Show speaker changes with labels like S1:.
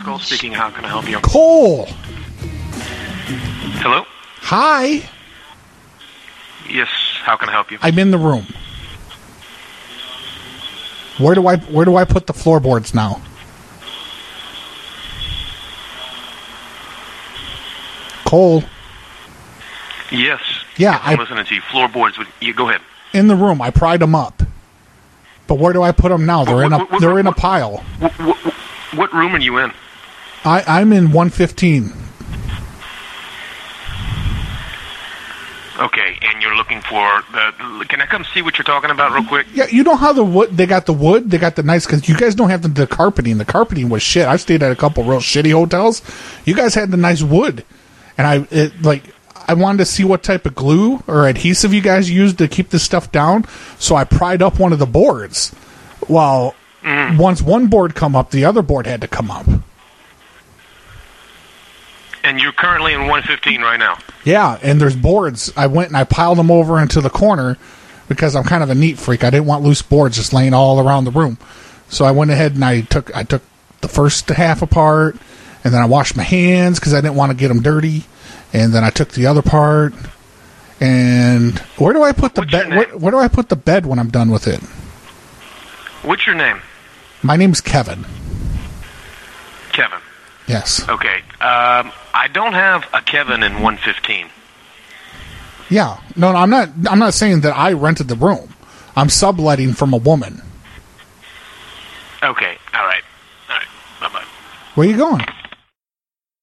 S1: Skull speaking. How can I help you?
S2: Cole.
S1: Hello.
S2: Hi.
S1: Yes. How can I help you?
S2: I'm in the room. Where do I where do I put the floorboards now? Cole,
S1: Yes.
S2: Yeah,
S1: I'm
S2: I-
S1: listening to you. Floorboards. Would you go ahead?
S2: in the room, I pried them up. But where do I put them now? They're in a they're in a pile.
S1: What, what, what room are you in?
S2: I I'm in 115.
S1: Okay, and you're looking for the. Can I come see what you're talking about real quick?
S2: Yeah, you know how the wood they got the wood, they got the nice cuz you guys don't have the, the carpeting. The carpeting was shit. I've stayed at a couple real shitty hotels. You guys had the nice wood. And I it, like I wanted to see what type of glue or adhesive you guys used to keep this stuff down, so I pried up one of the boards. Well, once one board come up, the other board had to come up.
S1: And you're currently in 115 right now.
S2: Yeah, and there's boards. I went and I piled them over into the corner because I'm kind of a neat freak. I didn't want loose boards just laying all around the room. So I went ahead and I took I took the first half apart, and then I washed my hands because I didn't want to get them dirty. And then I took the other part. And where do I put the
S1: What's
S2: bed?
S1: your
S2: Where,
S1: name?
S2: where do I put the bed when I'm done with it?
S1: What's your name?
S2: My name's Kevin.
S1: Kevin.
S2: Yes.
S1: Okay. Um, I don't have a Kevin in 115.
S2: Yeah. No, no, I'm not. I'm not saying that I rented the room. I'm subletting from a woman.
S1: Okay. All right. All right. Bye bye.
S2: Where you going?